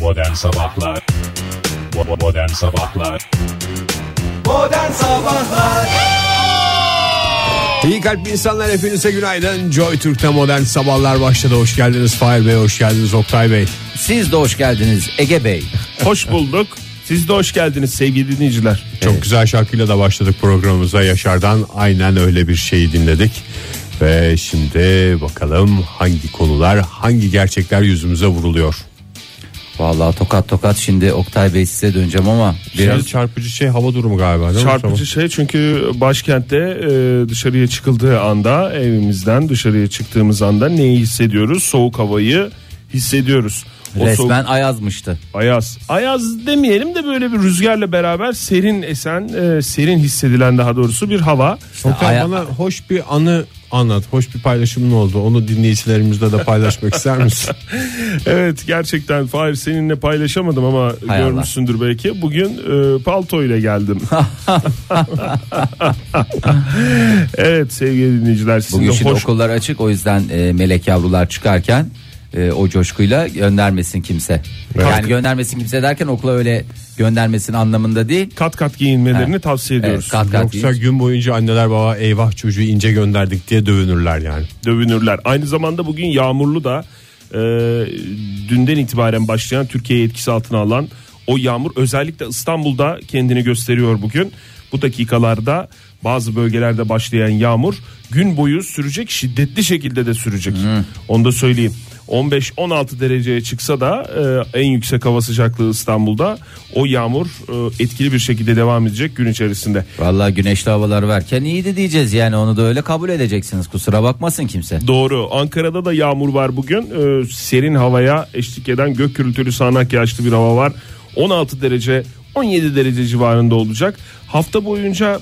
Modern Sabahlar Bo- Modern Sabahlar Modern Sabahlar İyi kalpli insanlar hepinize günaydın. Joy Türk'te modern sabahlar başladı. Hoş geldiniz Fahir Bey, hoş geldiniz Oktay Bey. Siz de hoş geldiniz Ege Bey. Hoş bulduk. Siz de hoş geldiniz sevgili dinleyiciler. Çok güzel şarkıyla da başladık programımıza. Yaşar'dan aynen öyle bir şeyi dinledik. Ve şimdi bakalım hangi konular, hangi gerçekler yüzümüze vuruluyor. Vallahi tokat tokat şimdi Oktay Bey size döneceğim ama Biraz biraz çarpıcı şey hava durumu galiba değil mi? Çarpıcı şey çünkü başkentte e, dışarıya çıkıldığı anda evimizden dışarıya çıktığımız anda neyi hissediyoruz? Soğuk havayı hissediyoruz. O soğuk resmen ayazmıştı. ayaz. Ayaz demeyelim de böyle bir rüzgarla beraber serin esen, e, serin hissedilen daha doğrusu bir hava. Tamam. Oktay, Aya- bana hoş bir anı anlat. Hoş bir paylaşımın oldu. Onu dinleyicilerimizle de paylaşmak ister misin? Evet gerçekten Fahir seninle paylaşamadım ama Hay Allah. görmüşsündür belki. Bugün e, palto ile geldim. evet sevgili dinleyiciler sizin Bugün de şimdi hoş okullar açık o yüzden e, melek yavrular çıkarken e, o coşkuyla göndermesin kimse. Yani göndermesin kimse derken okula öyle göndermesin anlamında değil. kat kat giyinmelerini tavsiye ediyoruz. Evet, kat kat Yoksa değil. gün boyunca anneler baba eyvah çocuğu ince gönderdik diye dövünürler yani. Dövünürler. Aynı zamanda bugün yağmurlu da e, dünden itibaren başlayan Türkiye'yi etkisi altına alan o yağmur özellikle İstanbul'da kendini gösteriyor bugün. Bu dakikalarda bazı bölgelerde başlayan yağmur gün boyu sürecek şiddetli şekilde de sürecek. Onu da söyleyeyim. 15-16 dereceye çıksa da e, en yüksek hava sıcaklığı İstanbul'da o yağmur e, etkili bir şekilde devam edecek gün içerisinde. Vallahi güneşli havalar verken iyiydi diyeceğiz yani onu da öyle kabul edeceksiniz kusura bakmasın kimse. Doğru. Ankara'da da yağmur var bugün. Ee, serin havaya eşlik eden gök gürültülü sağanak yağışlı bir hava var. 16 derece 17 derece civarında olacak. Hafta boyunca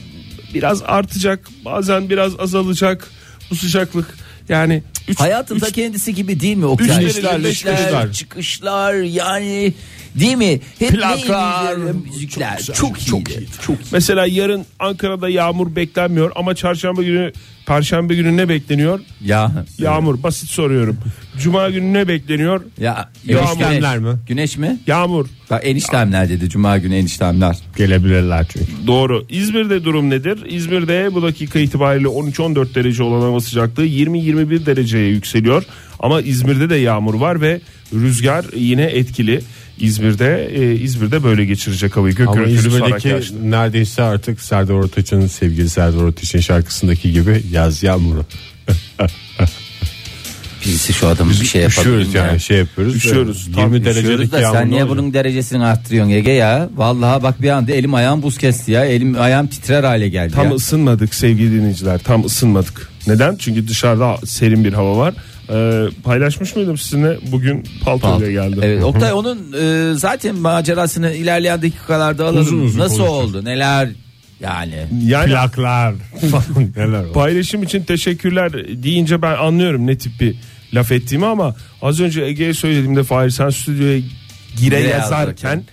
biraz artacak bazen biraz azalacak bu sıcaklık. Yani 3 Hayatın da kendisi gibi değil mi Oktay? Üç derece Girişler, çıkışlar. çıkışlar yani değil mi? Hep Plaklar. neydi? müzikler çok, iyiydi. Mesela yarın Ankara'da yağmur beklenmiyor ama çarşamba günü perşembe günü ne bekleniyor? Ya Yağmur basit soruyorum. Cuma günü ne bekleniyor? ya Yağmur. güneş, Eniştemler mi? Güneş mi? Yağmur. Bak eniştemler dedi cuma günü eniştemler. Gelebilirler çünkü. Doğru. İzmir'de durum nedir? İzmir'de bu dakika itibariyle 13-14 derece olan hava sıcaklığı 20-21 dereceye yükseliyor. Ama İzmir'de de yağmur var ve rüzgar yine etkili. İzmir'de e, İzmir'de böyle geçirecek havayı. Gök Ama gürültülü sarak İzmir'deki yağışlı. neredeyse artık Serdar Ortaç'ın sevgili Serdar Ortaç'ın şarkısındaki gibi yaz yağmuru. Birisi şu adamı bir şey yapalım. Üşüyoruz ya. yani şey yapıyoruz. Üşüyoruz, Yani tam 20 derecelik Üşüyoruz da yağmur. sen niye bunun derecesini arttırıyorsun Ege ya? Vallahi bak bir anda elim ayağım buz kesti ya. Elim ayağım titrer hale geldi Tam ya. ısınmadık sevgili dinleyiciler. Tam ısınmadık. Neden? Çünkü dışarıda serin bir hava var. Ee, paylaşmış mıydım sizinle? Bugün paltoyla geldim. Evet, Oktay onun e, zaten macerasını ilerleyen dakikalarda alalım. Uzun uzun Nasıl konuşuruz. oldu? Neler yani? Yani Plaklar falan neler var. Paylaşım için teşekkürler deyince ben anlıyorum ne tip bir laf ettiğimi ama az önce Ege'ye söylediğimde Fahir sen stüdyoya gire Gire yazarken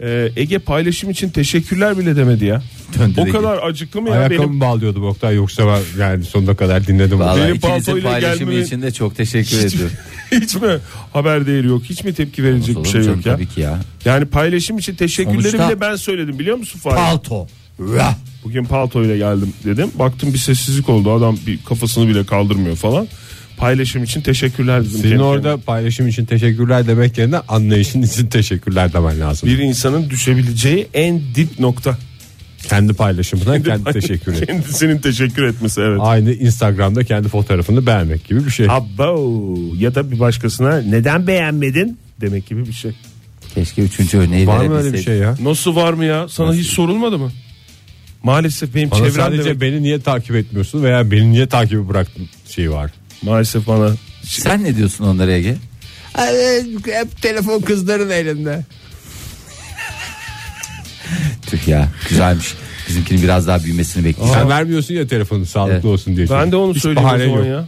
e, Ege paylaşım için teşekkürler bile demedi ya. Döndü o Ege. kadar acıklı mı ya Ayakkabımı benim? bağlıyordum Oktay yoksa ben yani sonuna kadar dinledim. bunu. Vallahi Benim ikinizin paltoyla paylaşımı gelmemin- için de çok teşekkür Hiç, ediyorum. hiç mi haber değeri yok? Hiç mi tepki verilecek bir Olur şey mu canım? yok ya? Tabii ki ya. Yani paylaşım için teşekkürleri Sonuçta- bile ben söyledim biliyor musun Fahir? Palto. Vah. Bugün palto ile geldim dedim. Baktım bir sessizlik oldu. Adam bir kafasını bile kaldırmıyor falan. Paylaşım için teşekkürler dedim. Senin kendi şey orada paylaşım için teşekkürler demek yerine anlayışın için teşekkürler demen lazım. bir insanın düşebileceği en dip nokta. Kendi paylaşımına kendi teşekkür et. Kendisinin teşekkür etmesi evet. Aynı Instagram'da kendi fotoğrafını beğenmek gibi bir şey. Abo ya da bir başkasına neden beğenmedin demek gibi bir şey. Keşke üçüncü örneği Var mı öyle verebilseydim. bir şey ya? Nasıl var mı ya? Sana hiç sorulmadı mı? Maalesef benim Bana çevremde sadece beni niye takip etmiyorsun veya beni niye takibi bıraktın şeyi var. maalesef bana Sen ne diyorsun onlara Ege? e, Hep telefon kızların elinde. Tüh ya güzelmiş. Bizimkinin biraz daha büyümesini bekliyorum. Sen vermiyorsun ya telefonu sağlıklı Evet. olsun diye. ben de onu Hiç söyleyeyim o bahanen zaman yok. ya.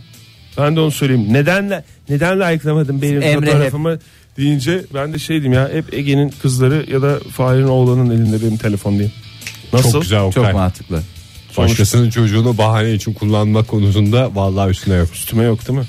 Ben de onu söyleyeyim. Neden neden like'lamadın benim Emre fotoğrafımı deyince ben de şey diyeyim ya hep Ege'nin kızları ya da Fahir'in oğlanın elinde benim telefon diyeyim. Nasıl? Çok güzel Çok Oktay. mantıklı. Başkasının çocuğunu bahane için kullanmak konusunda vallahi üstüne yok. Üstüme yok değil mi?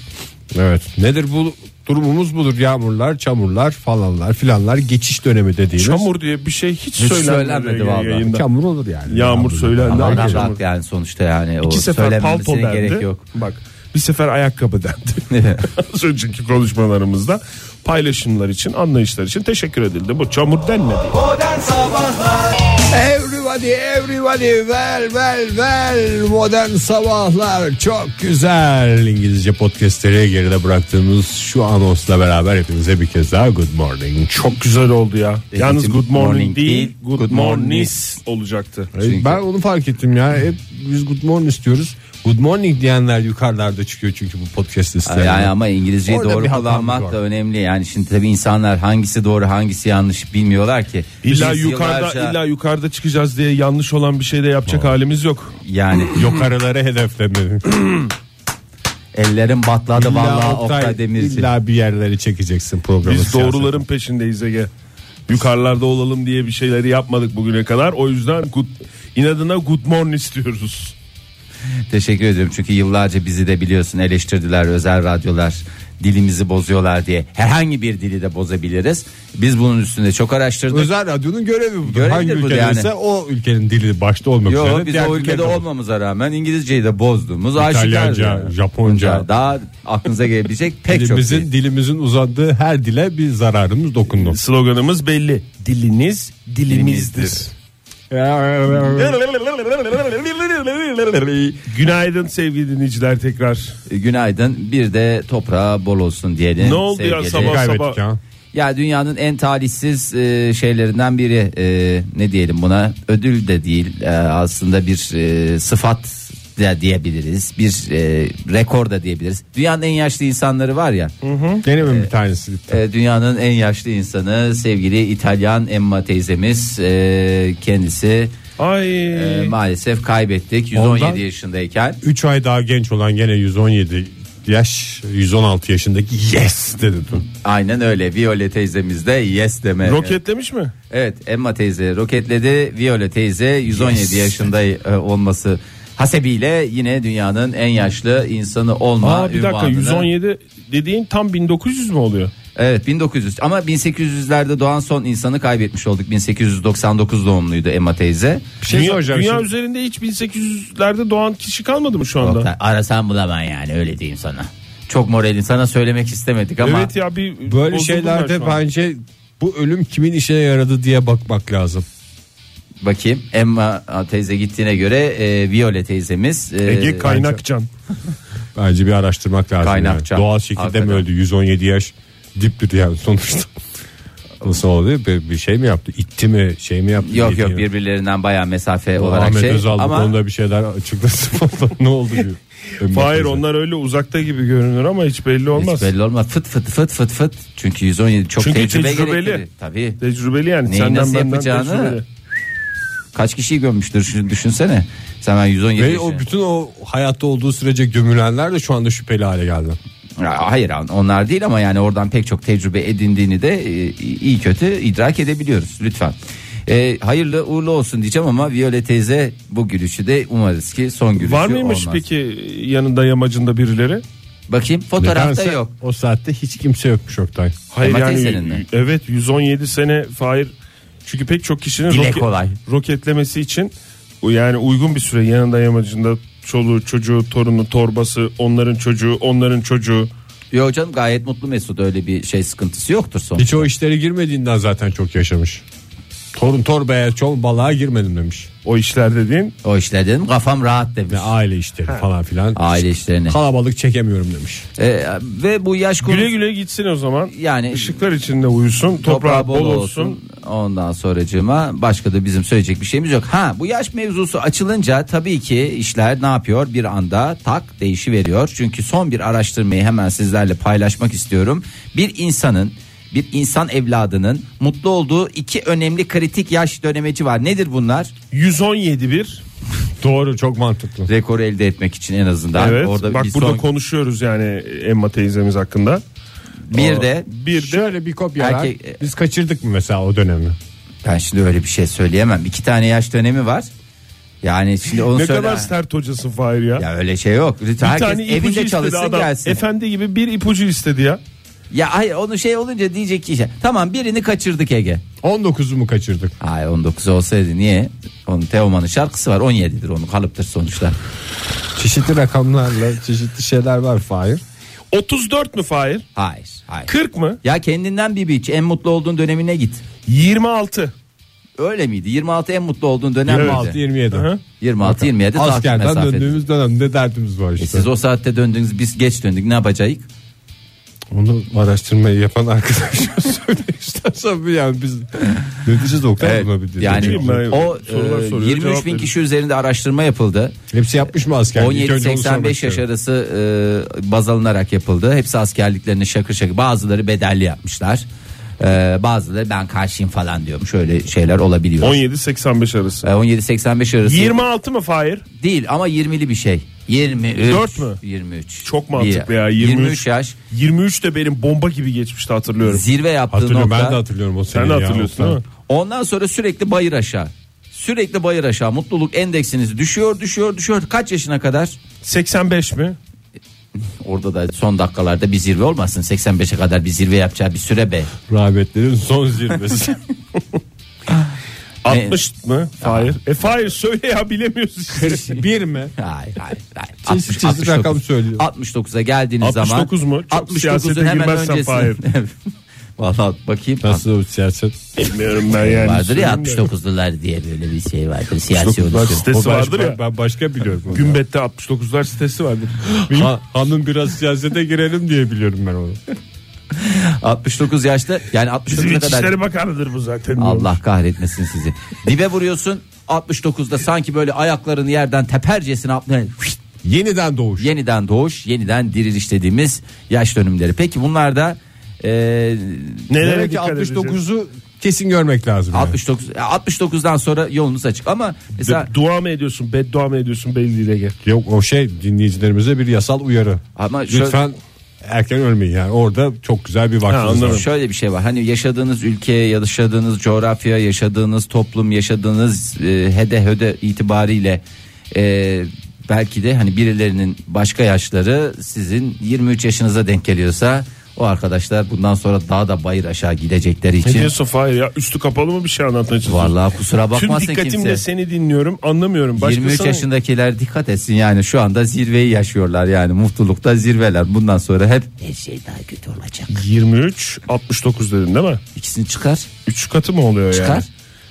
Evet. Nedir bu Durumumuz budur yağmurlar çamurlar falanlar filanlar geçiş dönemi dediğimiz. Çamur diye bir şey hiç, Hiç söylenmedi, söylenmedi vallahi. yayında. Çamur olur yani. Yağmur söylendi. Ama Ama adam çamur. haklı yani sonuçta yani o İki sefer palto söylememesine dendi. gerek yok. Bak bir sefer ayakkabı dendi. Az önceki konuşmalarımızda paylaşımlar için, anlayışlar için teşekkür edildi. Bu çamur denmedi. Modern Sabahlar Everybody everybody well well well modern sabahlar çok güzel İngilizce podcastleri geride bıraktığımız şu anonsla beraber hepinize bir kez daha good morning. Çok güzel oldu ya. Yalnız good good morning, morning değil, değil, good, good mornings olacaktı. Çünkü- Ben onu fark ettim ya hep biz good morning istiyoruz. Good morning diyenler yukarılarda çıkıyor çünkü bu podcast listelerinde. Yani ama İngilizceyi Orada bir doğru hatamız kullanmak var. da önemli. Yani şimdi tabii insanlar hangisi doğru hangisi yanlış bilmiyorlar ki. İlla Biz yukarıda yıllarca- illa yukarıda çıkacağız diye yanlış olan bir şey de yapacak halimiz yok. yani Yukarılara hedeflemedim. ellerim batladı vallahi Oktay, Demirci. illa bir yerleri çekeceksin programı. Biz doğruların peşindeyiz Ege. Yukarılarda olalım diye bir şeyleri yapmadık bugüne kadar. O yüzden good, inadına good morning istiyoruz. Teşekkür ediyorum çünkü yıllarca bizi de biliyorsun eleştirdiler özel radyolar dilimizi bozuyorlar diye. Herhangi bir dili de bozabiliriz. Biz bunun üstünde çok araştırdık. Özel radyonun görevi budur. Görevidir Hangi bu ülkedeyse yani. o ülkenin dili başta olmak üzere. Yok biz diğer o ülkede dilleri- olmamıza rağmen İngilizceyi de bozduğumuz aşikar. İtalyanca, yani. Japonca. Daha aklınıza gelebilecek pek çok Dilimizin, dil. dilimizin uzandığı her dile bir zararımız dokundu. Sloganımız belli. Diliniz dilimizdir. Günaydın sevgili dinleyiciler tekrar. Günaydın bir de toprağa bol olsun diyelim. Ne oldu ya sevgili- sabah? Kaybettik ya. Ya dünyanın en talihsiz e, şeylerinden biri e, ne diyelim buna ödül de değil e, aslında bir e, sıfat da diyebiliriz bir e, rekor da diyebiliriz. Dünyanın en yaşlı insanları var ya Gene mi bir tanesi? e, dünyanın en yaşlı insanı sevgili İtalyan Emma teyzemiz e, kendisi Ay. e, maalesef kaybettik 117 Ondan- yaşındayken. 3 ay daha genç olan gene 117 yaş 116 yaşındaki yes dedi dün. Aynen öyle Violet teyzemiz de yes deme. Roketlemiş mi? Evet Emma teyze roketledi. Viola teyze 117 yaşında e, olması hasebiyle yine dünyanın en yaşlı insanı olma Aa, bir dakika ünvanını- 117 dediğin tam 1900 mü oluyor? Evet 1900 ama 1800'lerde doğan son insanı kaybetmiş olduk. 1899 doğumluydu Emma teyze. şey dünya, soracağım dünya şimdi. üzerinde hiç 1800'lerde doğan kişi kalmadı mı şu anda? Oktay, Arasan bulamam yani öyle diyeyim sana. Çok moralin sana söylemek istemedik ama Evet ya bir Böyle bozuldum ben şu şeylerde an. bence bu ölüm kimin işine yaradı diye bakmak lazım. bakayım Emma teyze gittiğine göre e, Viola teyzemiz e, Ege Kaynakcan. Bence bir araştırmak lazım. Kaynakça. yani. Doğal şekilde Hakikaten. mi öldü? 117 yaş diptir yani sonuçta. Nasıl oluyor? Bir, bir şey mi yaptı? İtti mi? Şey mi yaptı? Yok Yedi yok mi? birbirlerinden bayağı mesafe olarak Ahmet şey Özal bu ama konuda bir şeyler açıklasın. ne oldu? diyor. Hayır onlar öyle uzakta gibi görünür ama hiç belli Hiç olmaz. belli olmaz. Fıt fıt fıt fıt fıt. Çünkü 117 çok Çünkü tecrübe tecrübeli. gerektirir. Tabii. Tecrübeli yani Neyi senden nasıl benden yapacağını- tecrübeli. Kaç kişiyi gömmüştür şimdi düşünsene. Sen ben 117 Ve yaşında- o bütün o hayatta olduğu sürece gömülenler de şu anda şüpheli hale geldi. Ya, Hayır an- onlar değil ama yani oradan pek çok tecrübe edindiğini de e, iyi kötü idrak edebiliyoruz lütfen. E, hayırlı uğurlu olsun diyeceğim ama Viyole teyze bu gülüşü de umarız ki son gülüşü Var mıymış olmaz. peki yanında yamacında birileri? Bakayım fotoğrafta Nedense yok. O saatte hiç kimse yokmuş Oktay. Hayır Emma yani teyzenin mi? evet 117 sene Fahir çünkü pek çok kişinin Dile kolay. roketlemesi için bu yani uygun bir süre yanında yamacında çoluğu çocuğu torunu torbası onların çocuğu onların çocuğu Yok canım gayet mutlu Mesut öyle bir şey sıkıntısı yoktur son. Hiç o işlere girmediğinden zaten çok yaşamış. Torun torbaya, çoğun balığa girmedim demiş. o işler dediğin O işler dedim kafam rahat demiş. Ve aile işleri falan filan. Aile işlerini. Kalabalık çekemiyorum demiş. E, ve bu yaş konusu... güle güle gitsin o zaman Yani- ışıklar içinde uyusun toprağı bol olsun Ondan sonracığıma başka da bizim söyleyecek bir şeyimiz yok. Ha bu yaş mevzusu açılınca tabii ki işler ne yapıyor? Bir anda tak değişi veriyor. Çünkü son bir araştırmayı hemen sizlerle paylaşmak istiyorum. Bir insanın bir insan evladının mutlu olduğu iki önemli kritik yaş dönemeci var. Nedir bunlar? 117 bir Doğru çok mantıklı. Rekoru elde etmek için en azından. evet bak bir burada son- konuşuyoruz yani Emma teyzemiz hakkında bir de bir de Şöyle bir kopyalar. Erkek- Biz kaçırdık mı mesela o dönemi? ben şimdi öyle bir şey söyleyemem. İki tane yaş dönemi var. Yani şimdi onu ne söyle. kadar sert hocasın Fahir ya. Ya öyle şey yok. Lütfen Bir herkes tane ipucu evinde istedi çalışsın adam. gelsin. Efendi gibi bir ipucu istedi ya. Ya hayır onu şey olunca diyecek ki işte, tamam birini kaçırdık Ege. 19'u mu kaçırdık? Hayır 19 olsaydı niye? Onun Teoman'ın şarkısı var 17'dir onun kalıptır sonuçta. Çeşitli rakamlarla çeşitli şeyler var Fahir. 34 mü Fahir? Hayır hayır. 40 mı? Ya kendinden bir biç en mutlu olduğun dönemine git. 26. Öyle miydi? 26 en mutlu olduğun dönem Evet. 26 miydi? 27. Aha. 26 27 takip Askerden mesafede. döndüğümüz dönemde derdimiz var işte. E siz o saatte döndünüz biz geç döndük ne yapacağız? Onu araştırmayı yapan arkadaşlar söyle istersen bir yani biz ne diyeceğiz Oktay buna bir diyeceğiz. yani Bilmiyorum ben. o Sorular e, soruyor, 23 cevap bin veriyor. kişi üzerinde araştırma yapıldı. Hepsi yapmış mı asker? İlk önce onu sormak 17-85 yaş istiyorum. arası e, baz alınarak yapıldı. Hepsi askerliklerini şakır şakır bazıları bedelli yapmışlar. E, bazıları ben karşıyım falan diyorum. Şöyle şeyler olabiliyor. 17-85 arası. E, 17-85 arası 26 mı Fahir? değil ama 20'li bir şey. 23. Dört mü? 23. Çok mantıklı İyi. ya, 23. 23 yaş. 23 de benim bomba gibi geçmişti hatırlıyorum. Zirve yaptığı Hatırlıyorum nokta. ben de hatırlıyorum o seneyi. Sen de ya, hatırlıyorsun Oktay. değil mi? Ondan sonra sürekli bayır aşağı. Sürekli bayır aşağı. Mutluluk endeksiniz düşüyor, düşüyor, düşüyor. Kaç yaşına kadar? 85 mi? Orada da son dakikalarda bir zirve olmasın. 85'e kadar bir zirve yapacağı bir süre be. Rağbetlerin son zirvesi. 60 mı? Hayır. E Fahir söyle ya bilemiyoruz. işte. bir mi? Hayır hayır hayır. Çeşit çeşit rakam söylüyor. 69'a geldiğiniz 69 zaman. mu? Çok siyasete girmezsen Fahir. Valla bakayım. Nasıl o siyaset? Bilmiyorum ben yani. vardır ya Söyleyeyim de. 69'lular diye böyle bir şey vardır. Siyasi Dokuzlar oluşum. sitesi o baş- vardır ya. Ben başka biliyorum. onu. Gümbet'te 69'lar sitesi vardır. Ha- hanım biraz siyasete girelim diye biliyorum ben onu. 69 yaşta yani Bizim 69'a kadar. İçişleri Bakanı'dır bu zaten. Allah kahretmesin sizi. Dibe vuruyorsun 69'da sanki böyle ayaklarını yerden tepercesine atlıyor. Yeniden doğuş. Yeniden doğuş, yeniden diriliş dediğimiz yaş dönümleri. Peki bunlar da e, Nelere Demek ki dikkat 69... 69'u kesin görmek lazım. yani. 69 ya 69'dan sonra yolunuz açık ama mesela Dua mı ediyorsun, beddua mı ediyorsun belli değil Ege. Yok o şey dinleyicilerimize bir yasal uyarı. Ama Lütfen şöyle- erken ölmeyin yani orada çok güzel bir Ha, vaktiniz anladım. var. şöyle bir şey var. Hani yaşadığınız ülke, yaşadığınız coğrafya, yaşadığınız toplum, yaşadığınız e, hede höde itibariyle e, belki de hani birilerinin başka yaşları sizin 23 yaşınıza denk geliyorsa o arkadaşlar bundan sonra daha da bayır aşağı gidecekleri Ne için diyorsun Fahir ya? Üstü kapalı mı bir şey anlatmaya çalışıyorsun? vallahi kusura Tüm bakmasın dikkatimle kimse. seni dinliyorum anlamıyorum. 23 Başkasına- yaşındakiler dikkat etsin yani şu anda zirveyi yaşıyorlar yani mutlulukta zirveler bundan sonra hep her şey daha kötü olacak. 23, 69 dedin değil mi? İkisini çıkar. 3 katı mı oluyor Çıkar.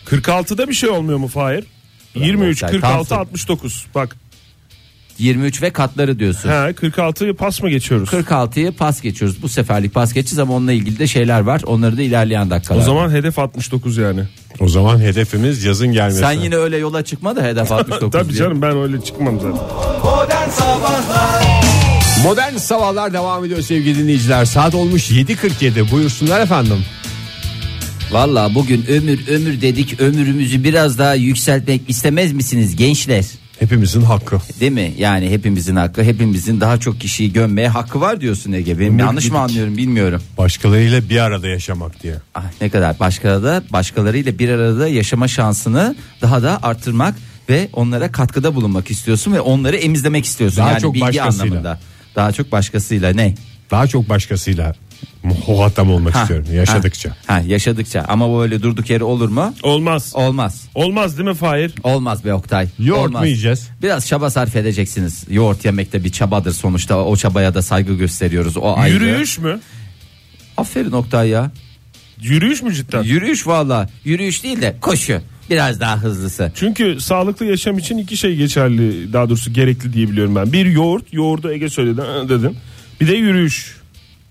yani? 46'da bir şey olmuyor mu Fahir? 23, Oktay, 46, tam- 69. Bak 23 ve katları diyorsun. ha, 46'yı pas mı geçiyoruz? 46'yı pas geçiyoruz. Bu seferlik pas geçeceğiz ama onunla ilgili de şeyler var. Onları da ilerleyen O dakikalar. zaman hedef 69 yani. O zaman hedefimiz yazın gelmesi. sen yine öyle yola çıkma da hedef 69. Tabii diye. canım ben öyle çıkmam zaten. Modern Sabahlar Modern sabahlar devam ediyor sevgili dinleyiciler. Saat olmuş 7.47 buyursunlar efendim. Valla bugün ömür ömür dedik. Ömrümüzü biraz daha yükseltmek istemez misiniz gençler? Hepimizin hakkı. Değil mi? Yani hepimizin hakkı, hepimizin daha çok kişiyi gömmeye hakkı var diyorsun Ege. Benim yanlış mı anlıyorum bilmiyorum. Başkalarıyla bir arada yaşamak diye. Ah, ne kadar başkaları da başkalarıyla bir arada yaşama şansını daha da arttırmak ve onlara katkıda bulunmak istiyorsun ve onları emizlemek istiyorsun. Daha yani çok bilgi başkasıyla. anlamında. Daha çok başkasıyla ne? Daha çok başkasıyla muhatap olmak Ha, istiyorum yaşadıkça. Ha, ha, yaşadıkça ama böyle durduk yeri olur mu? Olmaz. Olmaz. Olmaz değil mi Fahir? Olmaz be Oktay. Yoğurt Olmaz. mu yiyeceğiz? Biraz çaba sarf edeceksiniz. Yoğurt yemekte bir çabadır sonuçta. O çabaya da saygı gösteriyoruz. O ayrı. Yürüyüş mü? Aferin Oktay ya. Yürüyüş mü cidden? Yürüyüş valla. Yürüyüş değil de koşu. Biraz daha hızlısı. Çünkü sağlıklı yaşam için iki şey geçerli daha doğrusu gerekli diye biliyorum ben. Bir yoğurt, yoğurdu Ege söyledi "Aa" dedim. Bir de yürüyüş.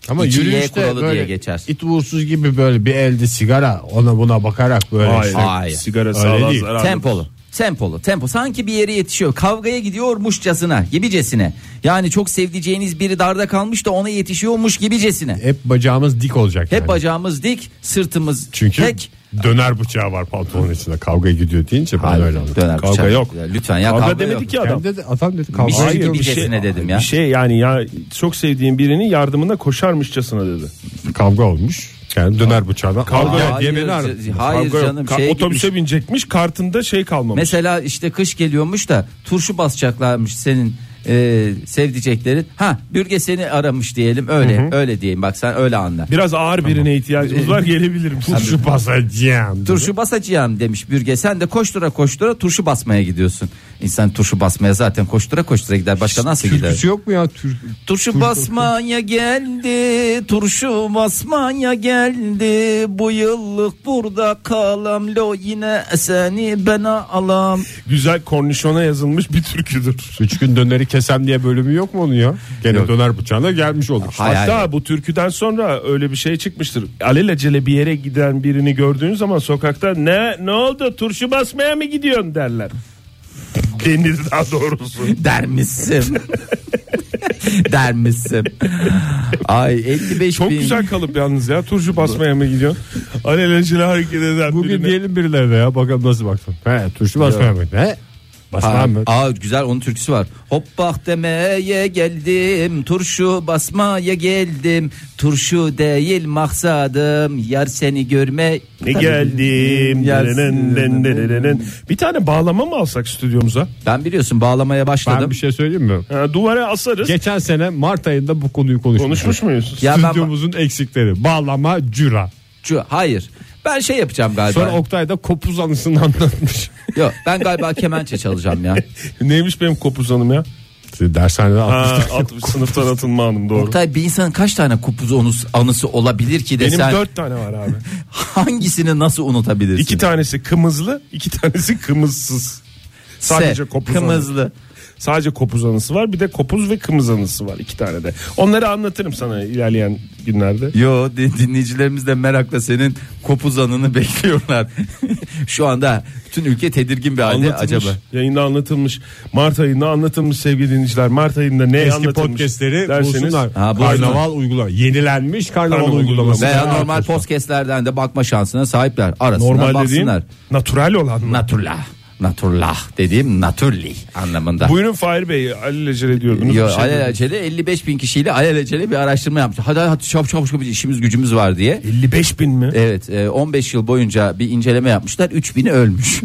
Ama İki Y yürüyüşte kuralı diye böyle geçer. it uğursuz gibi böyle bir elde sigara ona buna bakarak böyle Hayır. işte Hayır. Sigara Öyle sağlığa değil. zararlı. Tempolu. Tempolu. Tempo. Sanki bir yere yetişiyor. Kavgaya gidiyormuşçasına. Gibicesine. Yani çok sevdiceğiniz biri darda kalmış da ona yetişiyormuş E, gibicesine. hep bacağımız dik olacak. Hep yani. bacağımız dik, sırtımız Çünkü tek. döner bıçağı var pantolonun içinde. Kavga gidiyor deyince ben öyle anladım. Döner Kavga bıçak. yok. Lütfen ya kavga, Kavga demedi yok. ki adam. Kendi de adam dedi kavga. Bir şey Hayır, Hayır, gibi bir şey- cesine dedim ya. Bir şey yani ya çok sevdiğin birinin yardımına koşarmışçasına dedi. kavga olmuş. Yani döner bıçağına. Kavga Aa, yok. diye hayır, beni aradı. c- hayır Kavga yok. canım Ka- şey otobüse gitmiş. binecekmiş kartında şey kalmamış. Mesela işte kış geliyormuş da turşu basacaklarmış senin e, sevdiceklerin ha bürge seni aramış diyelim öyle öyle diyeyim bak sen öyle anla. Biraz ağır birine ihtiyacımız var gelebilirim. Turşu basacağım. Turşu basacağım demiş bürge sen de koştura koştura turşu basmaya gidiyorsun. İnsan turşu basmaya zaten koştura koştura gider başka nasıl gider? Türkçesi yok mu ya? Türk... Turşu basmaya geldi, turşu basmaya geldi. Bu yıllık burada kalam lo yine seni bana alam. Güzel kornişona yazılmış bir türküdür. Üç gün döneri kesem diye bölümü yok mu onun ya? Gene döner bıçağına gelmiş olur. Hayır, Hatta hayır. bu türküden sonra öyle bir şey çıkmıştır. Alelacele bir yere giden birini gördüğün zaman sokakta ne ne oldu turşu basmaya mı gidiyorsun derler. Denir daha doğrusu. Der misin? Der misin? Ay 55 Çok bin. güzel kalıp yalnız ya turşu basmaya mı gidiyorsun? Alelacele hareket eden Bugün birine. diyelim birilerine ya bakalım nasıl baksın. He turşu basmaya mı? He? Basmaya Aa, mı? aa, güzel onun türküsü var. Hop bak demeye geldim, turşu basmaya geldim. Turşu değil maksadım, yar seni görme. Ne geldim. Yar- Denen, denen, denen. Bir tane bağlama mı alsak stüdyomuza? Ben biliyorsun bağlamaya başladım. Ben bir şey söyleyeyim mi? Ha, duvara asarız. Geçen sene Mart ayında bu konuyu konuşmuştuk. Konuşmuş muyuz? Ya ben- Stüdyomuzun eksikleri. Bağlama, cüra. Şu- hayır. Ben şey yapacağım galiba. Sonra Oktay da kopuz anısını anlatmış. Yok ben galiba kemençe çalacağım ya. Neymiş benim kopuzanım ya? Dershanede Ha, atmışlar. alt- sınıftan atılma hanım doğru. Oktay bir insanın kaç tane kupuz anısı, anısı olabilir ki de Benim sen dört tane var abi. hangisini nasıl unutabilirsin? İki tanesi kımızlı, iki tanesi kımızsız. Sadece Se- kopuz Kımızlı. Sadece kopuz anısı var. Bir de kopuz ve kımız anısı var iki tane de. Onları anlatırım sana ilerleyen günlerde. Yo din- dinleyicilerimiz de merakla senin kopuz anını bekliyorlar. Şu anda bütün ülke tedirgin bir halde Anlatılmış, acaba. Yayında anlatılmış. Mart ayında anlatılmış sevgili dinleyiciler. Mart ayında ne Eski anlatılmış podcastleri derseniz- bulsunlar. Ha, bulsunlar. Karnaval uygulama. Yenilenmiş karnaval, Karnaval uygulaması. uygulaması. Veya Ha, normal podcastlerden de bakma şansına sahipler. Arasına Normal dediğim baksınlar. natural olan mı? Naturlah. Naturlah dediğim naturli anlamında. Buyurun Fahir Bey alelacele diyordunuz. Yo, Bir şey alelacele 55 bin kişiyle alelacele bir araştırma yapmış. Hadi hadi çabuk çabuk çabuk işimiz gücümüz var diye. 55 bin mi? Evet e, 15 yıl boyunca bir inceleme yapmışlar 3000'i ölmüş.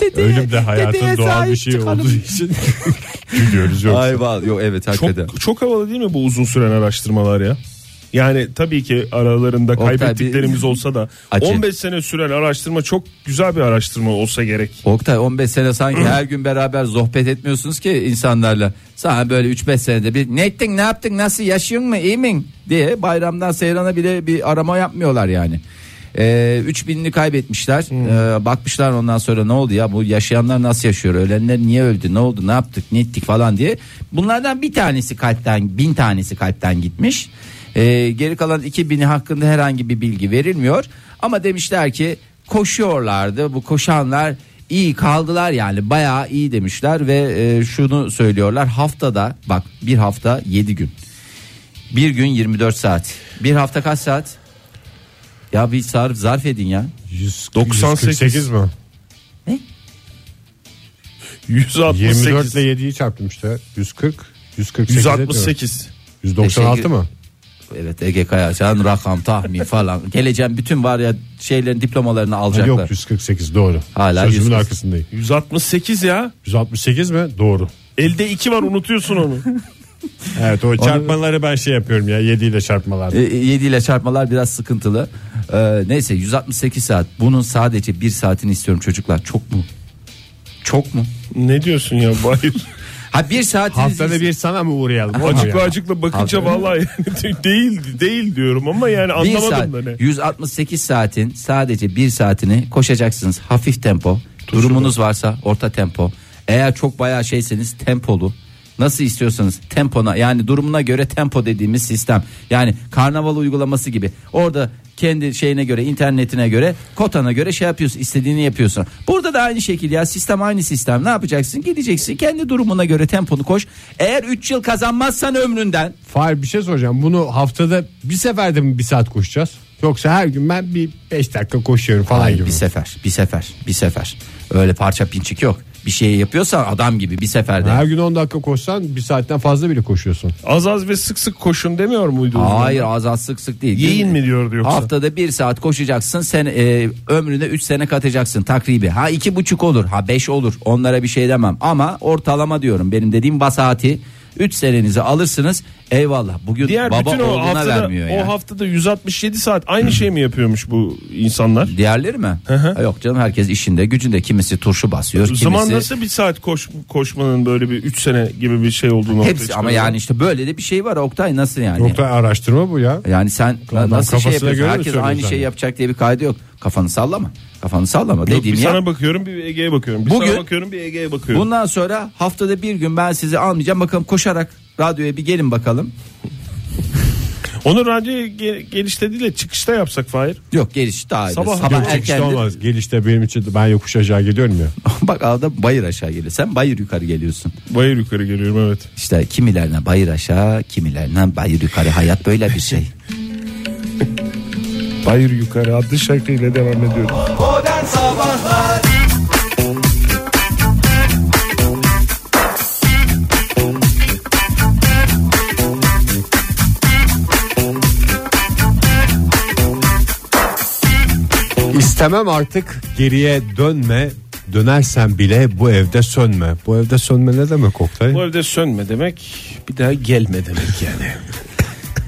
Dedeye- Ölüm de dedeye hayatın doğal bir sahip şey çıkalım. olduğu için. Gülüyoruz yoksa. Ay val yok evet hakikaten. Çok, çok havalı değil mi bu uzun süren araştırmalar ya? Yani tabii ki aralarında Oktay, kaybettiklerimiz bir- olsa da Acı. 15 sene süren araştırma çok güzel bir araştırma olsa gerek. Oktay 15 sene sanki her gün beraber sohbet etmiyorsunuz ki insanlarla. Sana böyle 3-5 senede bir ne ettin ne yaptın nasıl yaşıyorsun mu iyi min diye bayramdan seyrana bile bir arama yapmıyorlar yani. Ee, 3000'ini kaybetmişler Ee, bakmışlar ondan sonra ne oldu ya bu yaşayanlar nasıl yaşıyor ölenler niye öldü ne oldu ne yaptık ne ettik falan diye bunlardan bir tanesi kalpten bin tanesi kalpten gitmiş Ee, geri kalan 2000 hakkında herhangi bir bilgi verilmiyor ama demişler ki koşuyorlardı bu koşanlar iyi kaldılar yani bayağı iyi demişler ve e, şunu söylüyorlar haftada bak bir hafta 7 gün bir gün 24 saat bir hafta kaç saat ya bir zarf, zarf edin ya 100, 98 148 mi? 24 168. ile 7'yi çarpmışlar. 140. 148 etmiyor. 168. 196 mı? evet Ege Kayacan rakam tahmin falan geleceğim bütün var ya şeylerin diplomalarını Ha, alacaklar Yok 148 doğru. Hala Sözümün 148. arkasındayım. 168 ya. 168 mi? Doğru. Elde 2 var unutuyorsun onu. Evet o çarpmaları ben şey yapıyorum ya 7 ile çarpmalar. 7 E, ile çarpmalar biraz sıkıntılı Ee, neyse 168 saat bunun sadece bir saatini istiyorum çocuklar çok mu çok mu ne diyorsun ya Bayır? ha bir saatinizi Haftada bir sana mı uğrayalım? Acıklı Acıklı acıklı bakınca Abi. vallahi yani değil değil diyorum ama yani Bir anlamadım da saat, ne. 168 saatin sadece bir saatini koşacaksınız hafif tempo. Durumunuz varsa orta tempo. Eğer çok bayağı şeyseniz tempolu. Nasıl istiyorsanız tempona yani durumuna göre tempo dediğimiz sistem. Yani karnaval uygulaması gibi. Orada kendi şeyine göre internetine göre kotana göre şey yapıyorsun istediğini yapıyorsun. Burada da aynı şekilde ya sistem aynı sistem ne yapacaksın gideceksin kendi durumuna göre temponu koş. Eğer 3 yıl kazanmazsan ömründen Fahir bir şey soracağım. Bunu haftada bir seferde mi bir saat koşacağız? Yoksa her gün ben bir 5 dakika koşuyorum falan Hayır, gibi. bir sefer, bir sefer, bir sefer. Öyle parça pinçik yok. Bir şey yapıyorsan adam gibi bir seferde. Her gün 10 dakika koşsan bir saatten fazla bile koşuyorsun. Az az ve sık sık koşun demiyor muydu? Hayır az az sık sık değil. Yiyin mi diyordu yoksa? Haftada bir saat koşacaksın sen e, ömrüne 3 sene katacaksın takribi. Ha iki buçuk olur ha 5 olur onlara bir şey demem. Ama ortalama diyorum benim dediğim basati 3 senenizi alırsınız eyvallah. Bugün Diğer baba bütün o oğluna haftada, vermiyor o ya. haftada 167 saat aynı şey mi yapıyormuş bu insanlar? Diğerleri mi? Ha, Yok canım herkes işinde gücünde kimisi turşu basıyor. O Kimisi... zaman nasıl bir saat koş, koşmanın böyle bir 3 sene gibi bir şey olduğunu ortaya Hepsi ama çıkarıyor? yani işte böyle de bir şey var Oktay nasıl yani? Yoksa araştırma bu ya. Yani sen Adam nasıl şey kafasına göre yapıyorsun? mi Herkes söylüyor aynı şeyi zaten? yapacak diye bir kaydı yok. Kafanı sallama. Kafanı sallama Yok, bir dediğim ya. sana bakıyorum bir Ege'ye bakıyorum. Bir Bugün- sana bakıyorum bir Ege'ye bakıyorum. Bundan sonra haftada bir gün ben sizi almayacağım. Bakalım koşarak radyoya bir gelin bakalım. Onu radyoya ge- gelişte değil de çıkışta yapsak Fahir. Yok geliş daha iyi. Sabah- Sabah, Yok, Yok, çıkışta erken. olmaz. Gelişte benim için de ben yokuş aşağı geliyorum ya. Bak arada bayır aşağı geliyor. Sen bayır yukarı geliyorsun. Bayır yukarı geliyorum evet. İşte kimilerine bayır aşağı, kimilerine bayır yukarı. Hayat böyle bir şey. Bayır yukarı adlı şarkıyla devam ediyorum. Modern Sabahlar İstemem artık geriye dönme. Dönersen bile bu evde sönme. Bu evde sönme ne demek Oktay? Bu evde sönme demek bir daha gelme demek yani.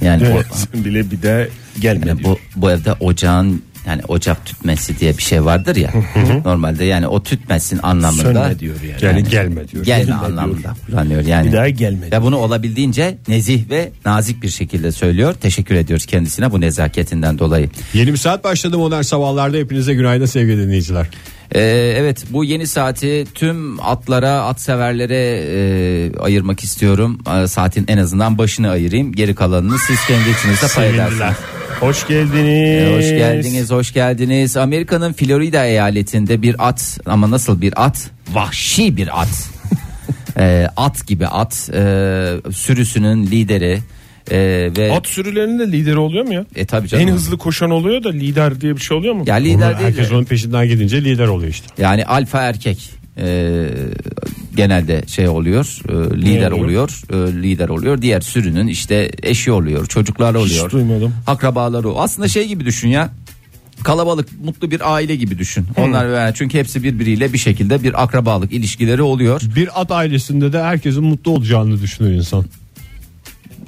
Yani, bu, Sen bile bir daha gelme yani diyor. bu, bu evde ocağın yani ocak tütmesi diye bir şey vardır ya. normalde yani o tütmesin anlamında. Sönme diyor yani. Yani gelme diyor. Gelme Gelme anlamında kullanıyor yani. Bir daha gelme diyor. Ve bunu olabildiğince nezih ve nazik bir şekilde söylüyor. Teşekkür ediyoruz kendisine bu nezaketinden dolayı. Yeni bir saat başladı modern sabahlarda. Hepinize günaydın sevgili dinleyiciler. Ee, evet bu yeni saati tüm atlara at severlere e, ayırmak istiyorum. Ee, saatin en azından başını ayırayım. Geri kalanını siz kendi içinizde pay edersiniz. Hoş geldiniz. Ee, Hoş geldiniz, hoş geldiniz. Amerika'nın Florida eyaletinde bir at ama nasıl bir at? Vahşi bir at. Ee, at gibi at, ee, sürüsünün lideri ee, ve At sürülerinin de lideri oluyor mu ya? e tabii canım. en hızlı koşan oluyor da lider diye bir şey oluyor mu? Ya lider değil. de- Herkes onun peşinden gidince lider oluyor işte. Yani alfa erkek e, genelde şey oluyor, e, lider oluyor, oluyor? e, lider oluyor. Diğer sürünün işte eşi oluyor, çocuklar oluyor. duymadım. Akrabaları o. Aslında şey gibi düşün ya. Kalabalık mutlu bir aile gibi düşün. Onlar yani çünkü hepsi birbiriyle bir şekilde bir akrabalık ilişkileri oluyor. Bir at ailesinde de herkesin mutlu olacağını düşünüyor insan.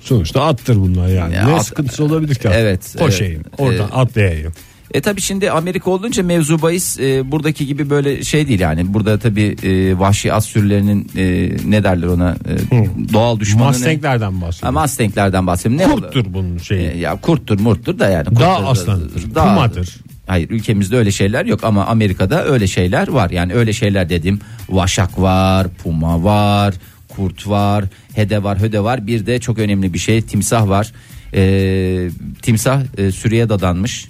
Sonuçta attır bunlar yani. Ya ne at- sıkıntısı olabilir ki? Evet, Koşayım. evet. oradan Ee, atlayayım. E tabi şimdi Amerika olunca mevzu bahis e, buradaki gibi böyle şey değil yani. Burada tabi vahşi at sürülerinin e, ne derler ona e, doğal düşmanı ne? Mustang'lerden Ha, bahsediyorum. Mustang'lerden bahsediyorum. Ne olur? Kurttur bunun şeyi. E, Ya kurttur murttur da yani. Dağ kurttur da- aslanıdır, dağ- pumadır. Hayır ülkemizde öyle şeyler yok ama Amerika'da öyle şeyler var. Yani öyle şeyler dediğim vaşak var, puma var, kurt var, hede var, höde var. Bir de çok önemli bir şey timsah var. E, timsah e, sürüye dadanmış.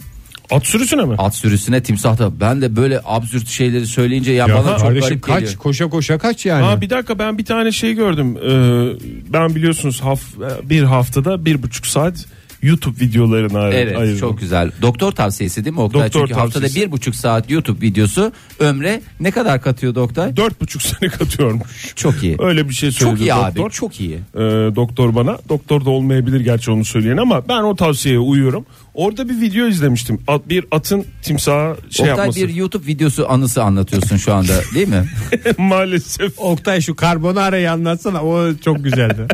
At sürüsüne mi? At sürüsüne timsah da ben de böyle absürt şeyleri söyleyince ya, Ya bana çok kardeşim garip kaç geliyor. koşa koşa kaç yani. Aa, bir dakika ben bir tane şey gördüm. Ee, ben biliyorsunuz haf- bir haftada bir buçuk saat YouTube videolarına ay- Evet ayırdım. çok güzel. Doktor tavsiyesi değil mi Oktay? Doktor Çünkü haftada tavsiyesi. bir buçuk saat YouTube videosu ömre ne kadar katıyor Oktay? Dört buçuk sene katıyormuş. Çok iyi. Öyle bir şey söyledi Çok iyi doktor. abi çok iyi. Ee, doktor bana. Doktor da olmayabilir gerçi onu söyleyen ama ben o tavsiyeye uyuyorum. Orada bir video izlemiştim. At, bir atın timsaha şey Oktay yapması. bir YouTube videosu anısı anlatıyorsun şu anda değil mi? Maalesef. Oktay şu karbonarayı anlatsana o çok güzeldi.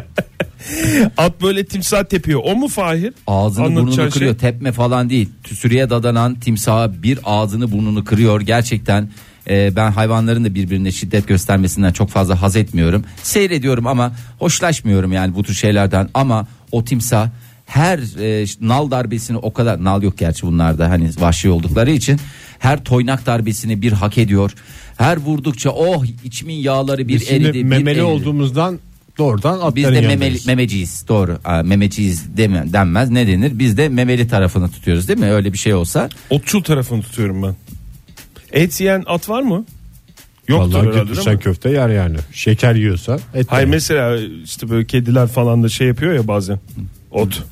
At böyle timsah tepiyor. O mu Fahir? Ağzını Anlatacağın burnunu kırıyor şey. tepme falan değil. Sürüye dadanan timsaha bir ağzını burnunu kırıyor gerçekten. e, ben hayvanların da birbirine şiddet göstermesinden çok fazla haz etmiyorum. Seyrediyorum ama hoşlaşmıyorum yani bu tür şeylerden. Ama o timsah her e, nal darbesini o kadar nal yok gerçi bunlarda hani vahşi oldukları için her toynak darbesini bir hak ediyor. Her vurdukça oh içimin yağları bir Biz şimdi eridi. bir memeli eridi. olduğumuzdan doğrudan atların Biz de memeli, yanındayız. memeciyiz doğru Aa, memeciyiz deme, denmez ne denir biz de memeli tarafını tutuyoruz değil mi öyle bir şey olsa Otçul tarafını tutuyorum ben. Et yiyen at var mı? Yoktur Vallahi herhalde değil mi? götürsen köfte yer yani. Şeker yiyorsa et. de Hayır yer. mesela işte böyle kediler falan da şey yapıyor ya bazen. Ot.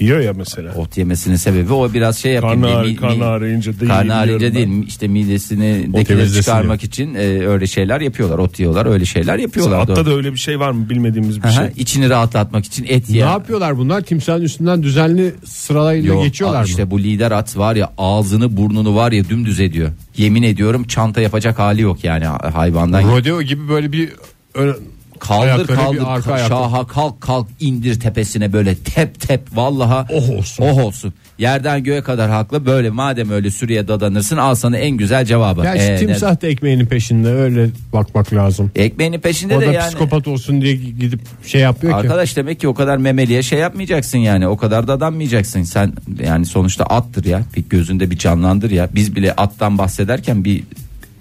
yiyor ya mesela. Ot yemesinin sebebi o biraz şey yapayım Karnı diye, ağrı- mi- mi- karnı ağrıyınca değil, Karnı ağrıyınca biliyorum değil işte midesini dekileri temizlesin çıkarmak için e, öyle şeyler yapıyorlar ot yiyorlar öyle şeyler yapıyorlar. Atta doğru. da öyle bir şey var mı bilmediğimiz bir Aha, şey. içini rahatlatmak için et Ne yiyen. yapıyorlar bunlar? Timsahın üstünden düzenli sırayla Yok, geçiyorlar a- mı? işte bu lider at var ya ağzını burnunu var ya dümdüz ediyor. Yemin ediyorum çanta yapacak hali yok yani ha- hayvandan. Rodeo gibi böyle bir ön- kaldır ayakları kaldır bir arka ka- ayakları. şaha kalk kalk indir tepesine böyle tep tep vallaha Oh olsun. oh olsun. Yerden göğe kadar haklı böyle madem öyle sürüye dadanırsın al sana en güzel cevabı. Gerçi Ee, timsah da ekmeğinin peşinde öyle bakmak lazım. E, ne- Ekmeğinin peşinde O de da yani. psikopat olsun diye gidip şey yapıyor ki. Arkadaş demek ki o kadar memeliye şey yapmayacaksın yani o kadar da adanmayacaksın sen yani sonuçta attır ya bir gözünde bir canlandır ya biz bile attan bahsederken bir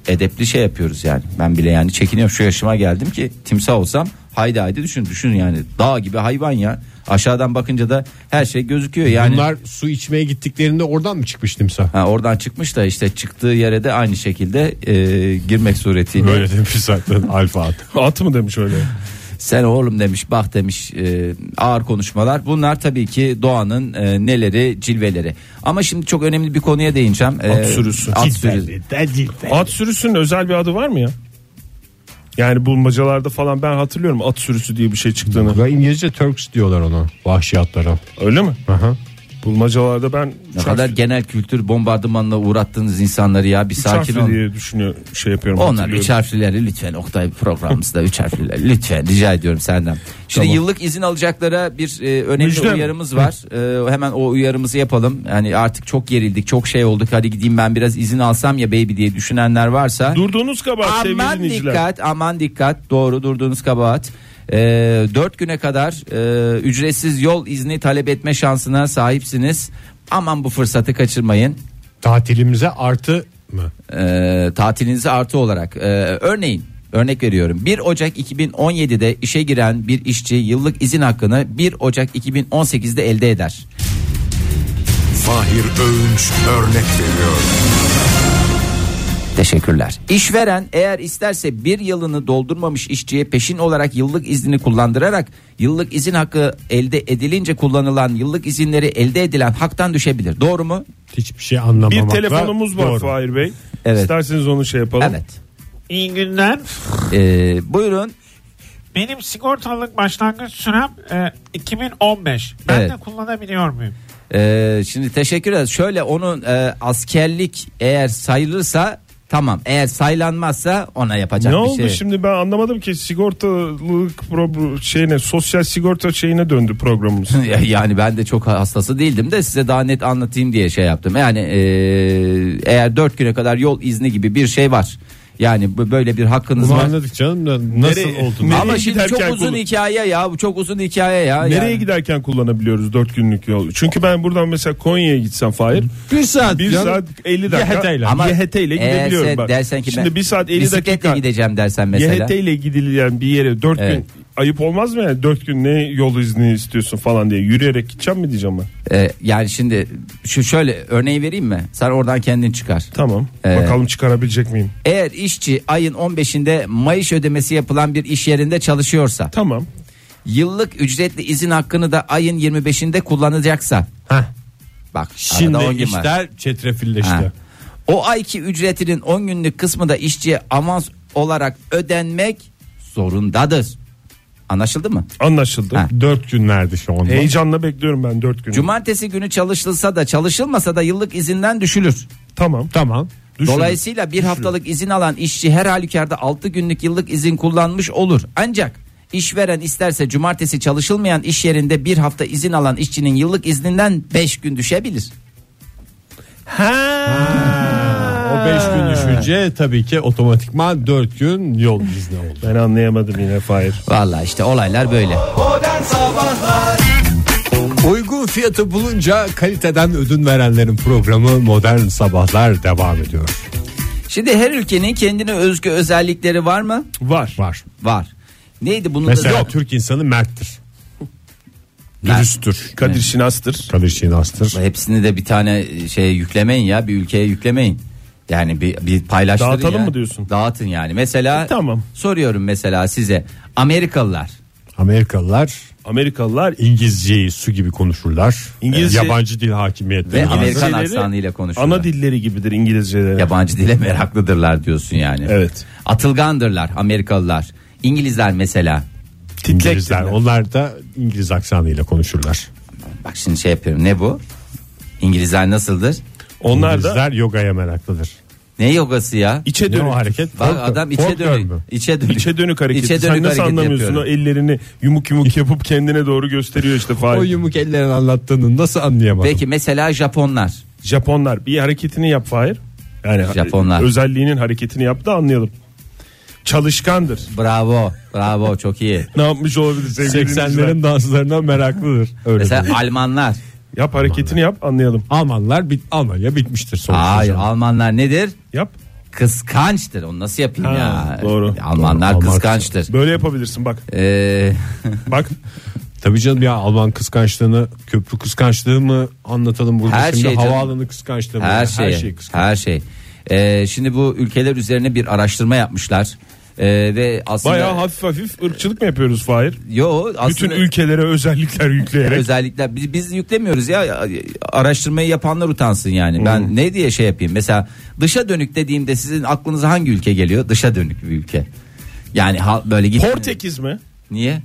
edepli şey yapıyoruz yani ben bile yani çekiniyorum şu yaşıma geldim ki timsah olsam haydi haydi düşün düşün yani dağ gibi hayvan ya aşağıdan bakınca da her şey gözüküyor yani Bunlar su içmeye gittiklerinde oradan mı çıkmış timsah? ha, oradan çıkmış da işte çıktığı yere de aynı şekilde e, girmek suretiyle Böyle demiş zaten alfa at. At mı demiş öyle? Sen oğlum demiş bak demiş e, ağır konuşmalar. Bunlar tabii ki doğanın e, neleri cilveleri. Ama şimdi çok önemli bir konuya değineceğim. E, At sürüsü. At sürüsü. At sürüsünün özel bir adı var mı ya? Yani bulmacalarda falan ben hatırlıyorum at sürüsü diye bir şey çıktığını. Ve İngilizce Turks diyorlar ona vahşi atlara. Öyle mi? Bulmacalarda ben Ne üç kadar harfli- genel kültür bombardımanla uğrattığınız insanları ya bir üç sakin harfli olun. diye düşünüyor şey yapıyorum. Onlar hatırlıyorum. üç harflileri lütfen Oktay programımızda üç harflileri lütfen rica ediyorum senden. Şimdi yıllık izin alacaklara bir e, önemli Müjde mi? uyarımız var. E, hemen o uyarımızı yapalım. Yani artık çok gerildik çok şey olduk hadi gideyim ben biraz izin alsam ya baby diye düşünenler varsa. Durduğunuz kabahat sevgili Aman dinleyiciler. dikkat, aman dikkat. Doğru durduğunuz kabahat. Ee, 4 güne kadar e, ücretsiz yol izni talep etme şansına sahipsiniz. Aman bu fırsatı kaçırmayın. Tatilimize artı mı? Ee, tatilinizi artı olarak. Ee, örneğin örnek veriyorum. 1 Ocak 2017'de işe giren bir işçi yıllık izin hakkını 1 Ocak 2018'de elde eder. Fahir Öğünç örnek veriyor. Teşekkürler. İşveren eğer isterse bir yılını doldurmamış işçiye peşin olarak yıllık iznini kullandırarak yıllık izin hakkı elde edilince kullanılan yıllık izinleri elde edilen haktan düşebilir. Doğru mu? Hiçbir şey anlamamak. Bir telefonumuz var Doğru. Fahir Bey. Evet. İsterseniz onu şey yapalım. Evet. İyi günler. Ee, buyurun. Benim sigortalık başlangıç sürem e, 2015. Ben Evet. de kullanabiliyor muyum? Ee, şimdi teşekkür ederiz. Şöyle onun e, askerlik eğer sayılırsa tamam. Eğer saylanmazsa ona yapacak Ne bir oldu şey. yok. şimdi ben anlamadım ki sigortalık pro- şeyine sosyal sigorta şeyine döndü programımız. yani ben de çok hastası değildim de size daha net anlatayım diye şey yaptım. Yani e, eğer dört güne kadar yol izni gibi bir şey var. Yani bu- böyle bir hakkınız Bunu var. anladık canım da nasıl Nereye- oldu? nereye Ama şimdi çok giderken uzun kullan- hikaye ya bu çok uzun hikaye ya. Nereye yani. giderken kullanabiliyoruz 4 günlük yolu? Çünkü ben buradan mesela Konya'ya gitsem Fahir. Bir saat. 1 canım. saat 50 dakika. YHT ile. Ama YHT ile eğer sen gidebiliyorum ben. Dersen ki Şimdi ben 1 saat 50 bisikletle dakika. gideceğim dersen mesela. YHT ile gidilen bir yere 4 Evet. gün ayıp olmaz mı yani 4 gün ne yol izni istiyorsun falan diye yürüyerek gideceğim mi diyeceğim ben. Ee, yani şimdi şu şöyle örneği vereyim mi? Sen oradan kendin çıkar. Tamam. Evet. Bakalım çıkarabilecek miyim? Eğer işçi ayın 15'inde Mayış ödemesi yapılan bir iş yerinde çalışıyorsa, Tamam. yıllık ücretli izin hakkını da ayın 25'inde kullanacaksa. Heh. Bak Şimdi arada 10 gün var. işler çetrefilleşti. Ha. O ayki ücretinin 10 günlük kısmı da işçiye avans olarak ödenmek zorundadır. Anlaşıldı mı? Anlaşıldı. Ha. Dört günlerdi şu anda. Heyecanla bekliyorum ben 4 gün. Cumartesi günü çalışılsa da çalışılmasa da yıllık izinden düşülür. Tamam. Tamam. Düşün. Dolayısıyla bir haftalık izin alan işçi her halükarda 6 günlük yıllık izin kullanmış olur. Ancak işveren isterse cumartesi çalışılmayan iş yerinde bir hafta izin alan işçinin yıllık izninden 5 gün düşebilir. O beş gün düşünce tabii ki otomatikman dört gün yol izni oldu. Ben anlayamadım yine Fahir. Vallahi işte olaylar böyle. Modern Sabahlar Uygun fiyatı bulunca kaliteden ödün verenlerin programı Modern Sabahlar devam ediyor. Şimdi her ülkenin kendine özgü özellikleri var mı? Var. Var. Var. Neydi bunun Mesela da? Türk insanı merttir. Mert. Dürüsttür. Kadir Şinas'tır. Kadir Şinastır. Hepsini de bir tane şey yüklemeyin ya bir ülkeye yüklemeyin. Yani bir, bir paylaştırın Dağıtalım ya. mı diyorsun? E, Dağıtın yani. Mesela tamam. soruyorum mesela size Amerikalılar Amerikalılar Amerikalılar İngilizceyi su gibi konuşurlar. İngilizce- Ee, yabancı dil hakimiyetleri Ve var. Amerikan dilleri aksanıyla konuşuyorlar. Ana dilleri gibidir İngilizceleri. Yabancı dile meraklıdırlar diyorsun yani. Evet. Atılgandırlar Amerikalılar. İngilizler mesela. İngilizler onlar da İngiliz aksanıyla konuşurlar. Bak şimdi şey yapıyorum ne bu? İngilizler nasıldır? Onlar da İngilizler yogaya meraklıdır. Ne yogası ya? içe Ne dönük. o hareket? Bak Folklor- adam içe folklor dönük. mu? İçe dönük. İçe dönük hareket. İçe Sen dönük nasıl hareketi anlamıyorsun yapıyorum. o ellerini yumuk yumuk yapıp kendine doğru gösteriyor işte O Fahir. yumuk ellerin anlattığını nasıl anlayamadım? Peki mesela Japonlar. Japonlar bir hareketini yap Fahir. Yani Japonlar. özelliğinin hareketini yap da anlayalım. Çalışkandır. Bravo. Bravo çok iyi. Ne yapmış olabilir sevgili 80'lerin dinleyiciler? danslarına meraklıdır. Öyle Mesela diyor. Almanlar. Yap hareketini yap anlayalım. Almanlar bit Almanya bitmiştir sonuçta. Hayır Zaman. Almanlar nedir? Yap. Kıskançtır. Onu nasıl yapayım Ha, ya? doğru. Almanlar Doğru, Alman kıskançtır. Böyle yapabilirsin bak. Ee, Bak Tabii canım ya Alman kıskançlığını, köprü kıskançlığı mı anlatalım burada Her şimdi şey canım. havaalanı kıskançlığı mı? her şey. her Her şey şey. kıskanç. Ee, şimdi bu ülkeler üzerine bir araştırma yapmışlar. Ee, ve aslında bayağı hafif hafif ırkçılık mı yapıyoruz Fahir? yo aslında Bütün ülkelere özellikler yükleyerek. özellikle biz, biz yüklemiyoruz ya araştırmayı yapanlar utansın yani. Ben Hmm. ne diye şey yapayım? Mesela dışa dönük dediğimde sizin aklınıza hangi ülke geliyor? Dışa dönük bir ülke. Yani ha- böyle git. Portekiz mi? Niye?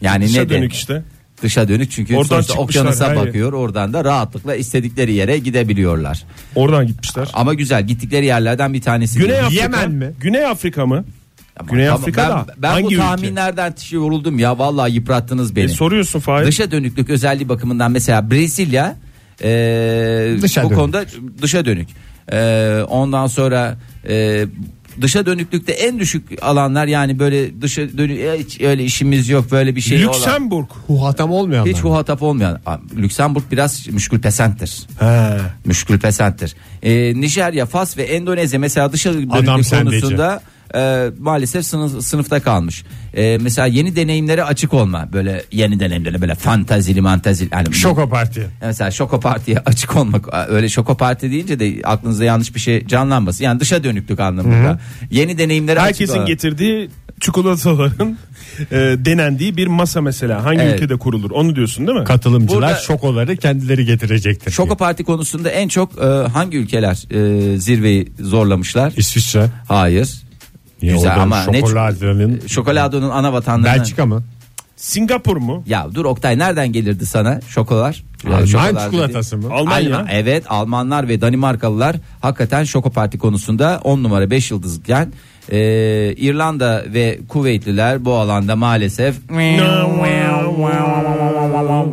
Yani Dışa ne dönük işte. Dışa dönük çünkü Oradan sonuçta çıkmışlar, okyanusa aynen. bakıyor. Oradan da rahatlıkla istedikleri yere gidebiliyorlar. Oradan gitmişler. Ama güzel gittikleri yerlerden bir tanesi. Güney değil. Afrika. Yemen mi? Güney Afrika mı? Ama Güney tamam, Afrika'da Ben, ben hangi bu ülke? tahminlerden şey yoruldum ya vallahi yıprattınız beni. E, soruyorsun Fahir. Dışa dönüklük özelliği bakımından mesela Brezilya e, Dışa bu dönük. konuda dışa dönük. E, ondan sonra e, dışa dönüklükte en düşük alanlar yani böyle dışa dönük e, hiç öyle işimiz yok böyle bir şey olan. Lüksemburg. Huhatam olmayanlar. Hiç huhatap olmayan. Aa, Lüksemburg biraz müşkül pesenttir. He. Müşkül pesenttir. E, Nijerya, Fas ve Endonezya mesela dışa Adam dönüklük sen konusunda e, maalesef sınıf, sınıfta kalmış. E, mesela yeni deneyimlere açık olma. Böyle yeni deneyimlere böyle fantazili mantazili. Yani Şoko parti. Mesela şoko partiye açık olmak öyle şoko parti deyince de aklınızda yanlış bir şey canlanmasın. Yani dışa dönüklük anlamında. Yeni deneyimlere açık Herkesin olan- getirdiği çikolataların e, denendiği bir masa mesela hangi Evet. ülkede kurulur onu diyorsun değil mi? Katılımcılar Burada- şokoları kendileri getirecektir. Şoko parti konusunda en çok e, hangi ülkeler e, zirveyi zorlamışlar? İsviçre. Hayır. Niye Güzel oradan ama ne- şokoladenin- Şokolado'nun ana vatanlarına. Belçika mı? Singapur mu? Ya dur Oktay nereden gelirdi sana şokolar? Alman şokolar çikolatası dedi. mı? Almanya. Alman- evet Almanlar ve Danimarkalılar hakikaten şoko parti konusunda 10 numara 5 yıldızken e, İrlanda ve Kuveytliler bu alanda maalesef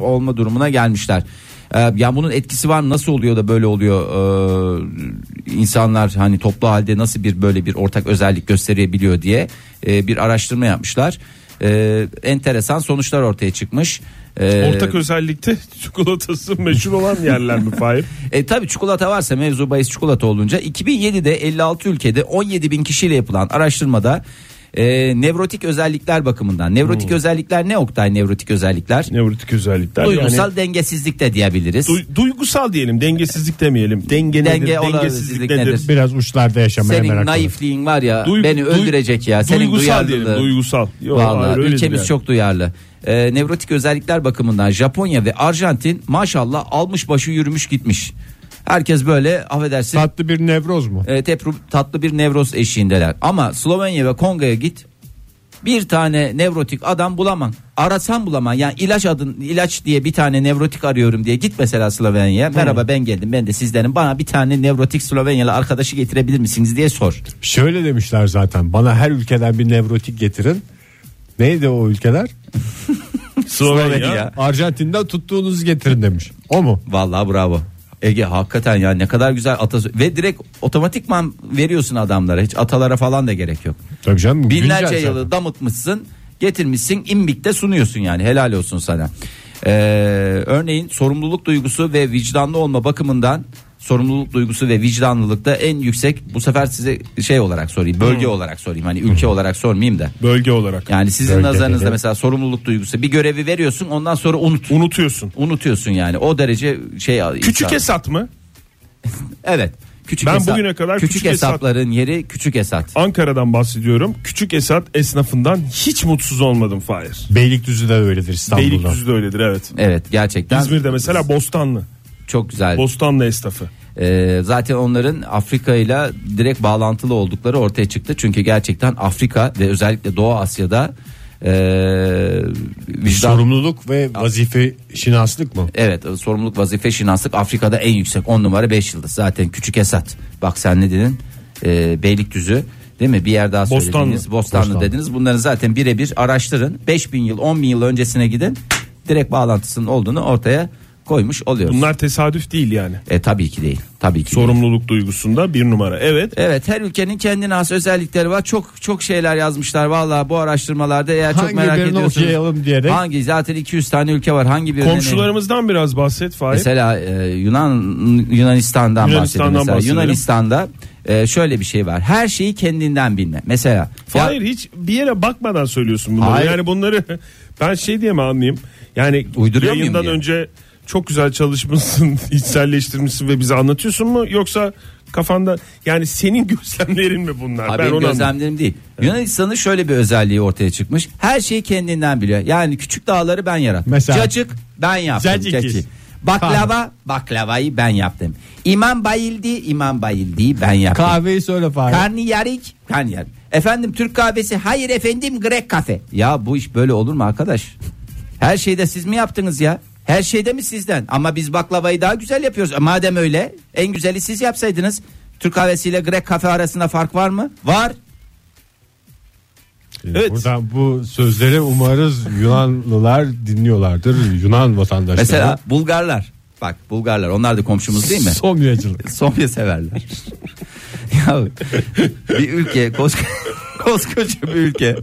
olma durumuna gelmişler. E, ya bunun etkisi var mı? nasıl oluyor da böyle oluyor E, insanlar hani toplu halde nasıl bir böyle bir ortak özellik gösterebiliyor diye e, bir araştırma yapmışlar. E, enteresan sonuçlar ortaya çıkmış. E, Ortak özellikte çikolatası meşhur olan yerler mi Fahir? e tabi çikolata varsa mevzu bahis çikolata olunca 2007'de 56 ülkede 17 bin kişiyle yapılan araştırmada e, nevrotik özellikler bakımından. Nevrotik özellikler ne Oktay nevrotik özellikler? Nevrotik özellikler. Duygusal Hmm. Yani, dengesizlik de diyebiliriz. du- duygusal diyelim dengesizlik demeyelim. Denge, Denge nedir, olan dengesizlik nedir? nedir? Biraz uçlarda yaşamaya senin meraklı. naifliğin var ya Duygu- beni duy- öldürecek ya. Senin duygusal diyelim, duyarlılığın. duygusal. Yok, Vallahi hayır, öyle ülkemiz değil yani. çok duyarlı. E, nevrotik özellikler bakımından Japonya ve Arjantin maşallah almış başı yürümüş gitmiş. Herkes böyle affedersin Tatlı bir nevroz mu? e, tepru- tatlı bir nevroz eşiğindeler. Ama Slovenya ve Konga'ya git bir tane nevrotik adam bulamam. Arasan bulamam. Yani ilaç adın ilaç diye bir tane nevrotik arıyorum diye git mesela Slovenya'ya. Merhaba ben geldim. Ben de sizdenim. Bana bir tane nevrotik Slovenyalı arkadaşı getirebilir misiniz diye sor. Şöyle demişler zaten bana her ülkeden bir nevrotik getirin. Neydi o ülkeler? Slovenya. Arjantin'den tuttuğunuzu getirin demiş. O mu? Vallahi bravo. Ege hakikaten ya ne kadar güzel atasö ve direkt otomatikman veriyorsun adamlara. Hiç atalara falan da gerek yok. Tabii canım. bu Binlerce güncel yılı damıtmışsın getirmişsin imbikte sunuyorsun yani helal olsun sana. Ee, örneğin sorumluluk duygusu ve vicdanlı olma bakımından sorumluluk duygusu ve vicdanlılıkta en yüksek bu sefer size şey olarak sorayım bölge olarak sorayım hani ülke olarak sormayayım da. Bölge olarak. Yani sizin Bölge nazarınızda dedi. mesela sorumluluk duygusu bir görevi veriyorsun ondan sonra unut. Unutuyorsun. Unutuyorsun yani o derece şey Küçük Esat mı? Evet. Küçük Ben hesap- bugüne kadar küçük, küçük hesap- hesapların yeri küçük hesap. Ankara'dan bahsediyorum. Küçük Esat esnafından hiç mutsuz olmadım Fahir. Beylikdüzü de öyledir İstanbul'da. Beylikdüzü de öyledir evet. Evet gerçekten İzmir'de mesela Bostanlı. çok güzel. Bostanlı esnafı. Ee, zaten onların Afrika ile direkt bağlantılı oldukları ortaya çıktı. Çünkü gerçekten Afrika ve özellikle Doğu Asya'da ee, vicdan Sorumluluk ve vazife şinaslık mı? Evet sorumluluk vazife şinaslık Afrika'da en yüksek 10 numara 5 yıldız zaten küçük Esat bak sen ne dedin Ee, Beylikdüzü değil mi bir yer daha Bostanlı. söylediniz Bostanlı, Bostanlı. dediniz bunların zaten birebir araştırın 5000 yıl 10 bin yıl öncesine gidin direkt bağlantısının olduğunu ortaya koymuş oluyoruz. Bunlar tesadüf değil yani. E, tabii ki değil tabii ki değil. Sorumluluk duygusunda bir numara. Evet. Evet her ülkenin kendine has özellikleri var. Çok çok şeyler yazmışlar Vallahi bu araştırmalarda eğer Hangi çok merak birini ediyorsunuz. okuyalım diyerek. Hangi zaten 200 tane ülke var. Hangi birini? Komşularımızdan biraz bahset Fahir. Mesela e, Yunan Yunanistan'dan, Yunanistan'dan bahsedelim. Mesela bahsedelim. Yunanistan'da e, şöyle bir şey var. Her şeyi kendinden bilme. Mesela ya- Fahir hiç bir yere bakmadan söylüyorsun bunları. Hayır. Yani bunları ben şey diye mi anlayayım? Yani Uyduruyor muyum yayından diye. önce çok güzel çalışmışsın, içselleştirmişsin ve bize anlatıyorsun mu? Yoksa kafanda yani senin gözlemlerin mi bunlar? Ha, ben benim onu anlamadım. gözlemlerim değil. Yunanistan'ın şöyle bir özelliği ortaya çıkmış. Her şeyi kendinden biliyor. Yani küçük dağları ben yarattım. Mesela- Cacık ben yaptım. Cacık Cacık. is. Baklava, baklavayı ben yaptım. İmam bayildi, imam bayildi ben yaptım. Kahveyi söyle Fahri. Karniyarik, karniyar. Efendim Türk kahvesi, hayır efendim Grek kafe. Ya bu iş böyle olur mu arkadaş? Her şeyde siz mi yaptınız ya? Her şeyde mi sizden? Ama biz baklavayı daha güzel yapıyoruz. E, madem öyle, en güzeli siz yapsaydınız. Türk kahvesiyle Grek kafe arasında fark var mı? Var. Evet. Ee, Buradan bu sözleri umarız Yunanlılar dinliyorlardır. Yunan vatandaşları. Mesela Bulgarlar. Bak Bulgarlar onlar da komşumuz değil mi? Somyacılık. Somya severler. ya bir ülke koska, koskoca bir ülke.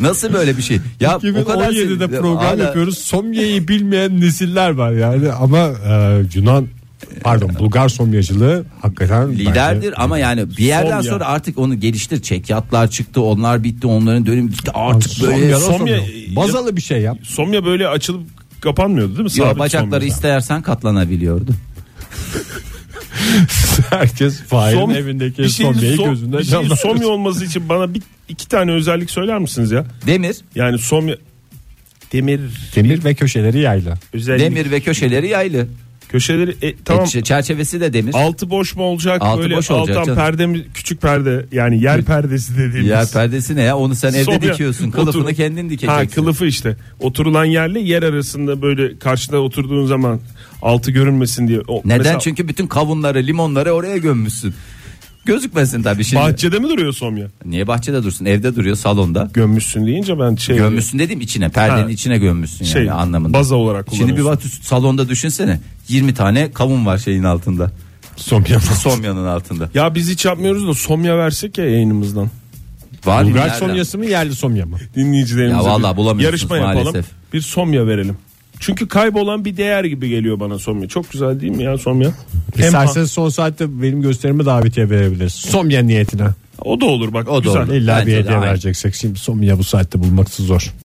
Nasıl böyle bir şey? Ya o kadar 2017'de program Hala- yapıyoruz. Somya'yı bilmeyen nesiller var yani ama e, Yunan pardon Bulgar somyacılığı hakikaten Liderdir bence- ama yani bir yerden Somya. sonra artık onu geliştir. Çekyatlar çıktı, onlar bitti, onların dönüm gitti. Artık böyle Somyalar Somya- somya- bazalı bir şey yap. Somya böyle açılıp kapanmıyordu değil mi? Yo, Sabit bacakları Somya'da. istersen katlanabiliyordu. Herkes Fahir'in Som- evindeki bir şey şeyin somyayı som- gözünde bir şeyin Somya olması için bana bir iki tane özellik söyler misiniz ya? Demir, Yani Somya demir Demir ve köşeleri yayla. özellik demir ve köşeleri yaylı. köşeleri e, tamam. E, çerçevesi de demir. Altı boş mu olacak? Altı böyle boş olacak alttan canım. perde mi? Küçük perde yani yer perdesi dediğimiz. Yer perdesi ne ya? Onu sen evde Sonra dikiyorsun. Kılıfını otur- kendin dikeceksin. Ha kılıfı işte. Oturulan yerle yer arasında böyle karşıda oturduğun zaman altı görünmesin diye. O, Neden? mesela Çünkü bütün kavunları, limonları oraya gömmüşsün. Gözükmesin tabii şimdi. Bahçede mi duruyor Somya? Niye bahçede dursun? Evde duruyor salonda. Gömmüşsün deyince ben şey. Gömmüşsün dedim içine. Perdenin Ha. içine gömmüşsün Şey, yani anlamında. baza olarak Şimdi bir bak kullanıyorsun. salonda düşünsene. 20 tane kavun var şeyin altında. Somya. Somyanın altında. Ya biz hiç yapmıyoruz da Somya versek ya yayınımızdan. Var Bulgar nereden? somyası mı yerli somya mı? dinleyicilerimize Ya vallahi bir bulamıyorsunuz yarışma yapalım. maalesef. Bir somya verelim. Çünkü kaybolan bir değer gibi geliyor bana somya. Çok güzel değil mi ya somya? Hem- İsterseniz son saatte benim gösterimi davetiye verebiliriz. Somya niyetine. o da olur bak. O da güzel. olur. İlla Bence bir de hediye aynı. vereceksek. Şimdi Somya bu saatte bulmaksı zor.